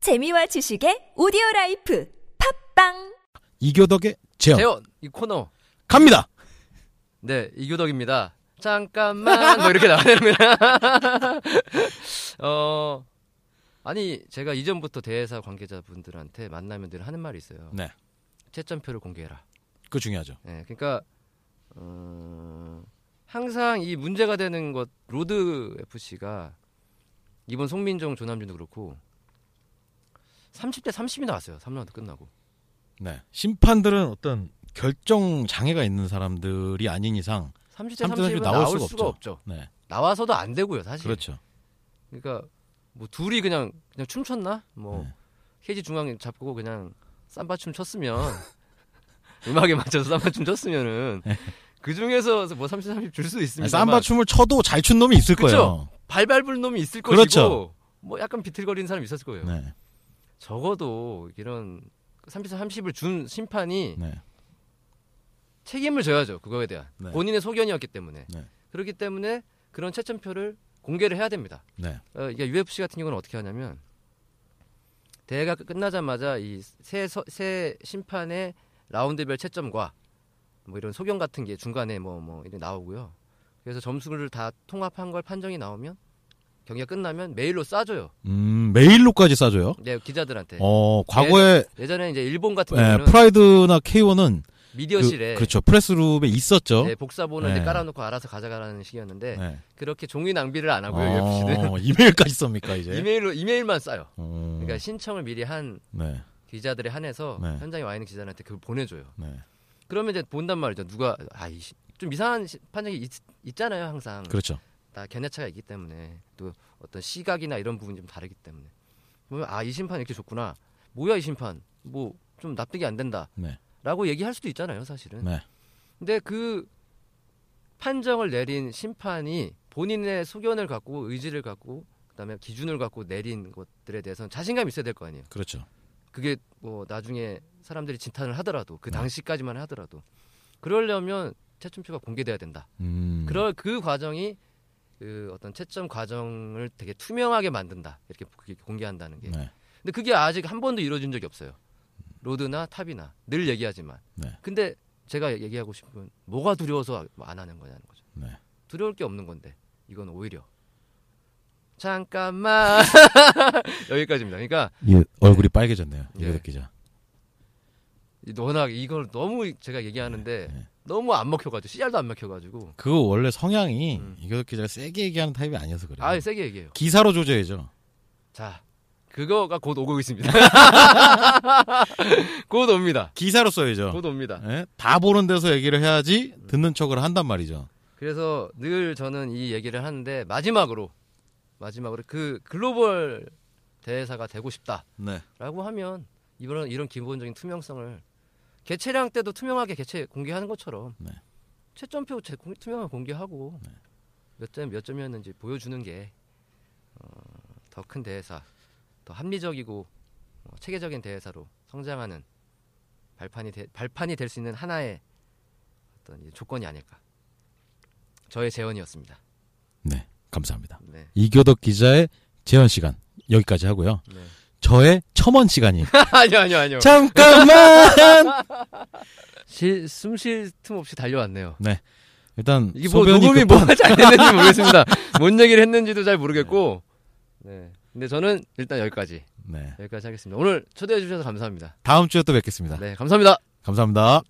재미와 지식의 오디오 라이프 팝빵 이교덕의 재현 재현 이 코너 갑니다. 네 이규덕입니다. 잠깐만 뭐 이렇게 나가야 됩니다. 어 아니 제가 이전부터 대회사 관계자분들한테 만나면 늘 하는 말이 있어요. 네. 채점표를 공개해라. 그거 중요하죠. 네, 그러니까 어, 항상 이 문제가 되는 것 로드 FC가 이번 송민정 조남준도 그렇고 30대 30이 나왔어요. 3라운드 끝나고. 네. 심판들은 어떤 결정 장애가 있는 사람들이 아닌 이상 30대 30대 30은 나올 나올 수가 수가, 없죠. 없죠. 네. 나와서도 안 되고요, 사실. 그렇죠. 그러니까 뭐 둘이 그냥 그냥 춤췄나? 뭐 네. 케이지 중앙 잡고 그냥 쌈바춤 췄으면 음악에 맞춰서 쌈바춤 췄으면은 그 중에서 뭐 30, 30 줄 수 있습니다. 쌈바 네. 춤을 춰도 잘 춘 놈이 있을 그쵸? 거예요. 발발 불 놈이 있을 그렇죠. 것이고 뭐 약간 비틀거리는 사람 이 있었을 거예요. 네. 적어도 이런 30, 30을 준 심판이 네. 책임을 져야죠. 그거에 대한 네. 본인의 소견이었기 때문에 네. 그렇기 때문에 그런 채점표를 공개를 해야 됩니다. 네. 어, 이게 UFC 같은 경우는 어떻게 하냐면 대회가 끝나자마자 이새새 심판의 라운드별 채점과 뭐 이런 소견 같은 게 중간에 뭐 뭐 이런 나오고요. 그래서 점수를 다 통합한 걸 판정이 나오면 경기가 끝나면 메일로 쏴줘요. 음, 메일로까지 싸줘요. 네 기자들한테. 어, 과거에 예전에 이제 일본 같은 예, 경우는 프라이드나 K1은 미디어실에 그, 그렇죠. 프레스룸에 있었죠. 네, 복사본을 네. 이제 깔아놓고 알아서 가져가라는 식이었는데 네. 그렇게 종이 낭비를 안 하고요. UFC는 어, 이메일까지 씁니까 이제? 이메일로 이메일만 쏴요. 어, 그러니까 신청을 미리 한 네. 기자들에 한해서 네. 현장에 와 있는 기자한테 그걸 보내줘요. 네. 그러면 이제 본단 말이죠. 누가 아 좀 이상한 시- 판정이 있, 잖아요 항상 그렇죠. 다 견해차가 있기 때문에 또 어떤 시각이나 이런 부분이 좀 다르기 때문에 보면 아 이 심판 이렇게 좋구나 뭐야 이 심판 뭐 좀 납득이 안 네. 된다라고 얘기할 수도 있잖아요 사실은 네. 근데 그 판정을 내린 심판이 본인의 소견을 갖고 의지를 갖고 그다음에 기준을 갖고 내린 것들에 대해서는 자신감이 있어야 될 거 아니에요 그렇죠. 그게 뭐 나중에 사람들이 진탄을 하더라도 그 네. 당시까지만 하더라도 그러려면 채점표가 공개돼야 된다. 음. 그럴 그 과정이 그 어떤 채점 과정을 되게 투명하게 만든다. 이렇게 그게 공개한다는 게. 네. 근데 그게 아직 한 번도 이루어진 적이 없어요. 로드나 탑이나 늘 얘기하지만. 네. 근데 제가 얘기하고 싶은 뭐가 두려워서 안 하는 거냐는 거죠. 네. 두려울 게 없는 건데 이건 오히려 잠깐만 여기까지입니다. 그러니까 예, 얼굴이 빨개졌네요. 예. 이거덕 기자. 워낙 이걸 너무 제가 얘기하는데 네. 너무 안 먹혀가지고 씨알도 안 먹혀가지고 그거 원래 성향이 음. 이거덕 기자가 세게 얘기하는 타입이 아니어서 그래요. 아 세게 얘기해요. 기사로 조져야죠. 자 그거가 곧 오고 있습니다. 곧 옵니다. 기사로 써야죠. 곧 옵니다. 예? 다 보는 데서 얘기를 해야지 듣는 척을 한단 말이죠. 그래서 늘 저는 이 얘기를 하는데 마지막으로 마지막으로 그 글로벌 대회사가 되고 싶다라고 네. 하면 이런 이런 기본적인 투명성을 개체량 때도 투명하게 개체 공개하는 것처럼 네. 채점표 제- 공- 투명하게 공개하고 몇 점 몇 점이었는지 보여주는 게 어, 더 큰 대회사, 더 합리적이고 어, 체계적인 대회사로 성장하는 발판이 되- 발판이 될 수 있는 하나의 어떤 이 조건이 아닐까. 저의 재원이었습니다. 네. 감사합니다. 네. 이교덕 기자의 재현 시간 여기까지 하고요. 네. 저의 첨언 시간이 아니요, 아니요, 아니요. 잠깐만. 실, 숨쉴 틈 없이 달려왔네요. 일단 이게 뭐 소변이 녹음이 급한- 뭐가 잘됐는지 모르겠습니다. 뭔 얘기를 했는지도 잘 모르겠고. 네. 근데 저는 일단 여기까지 네. 여기까지 하겠습니다. 오늘 초대해 주셔서 감사합니다. 다음 주에 또 뵙겠습니다. 네, 감사합니다. 감사합니다.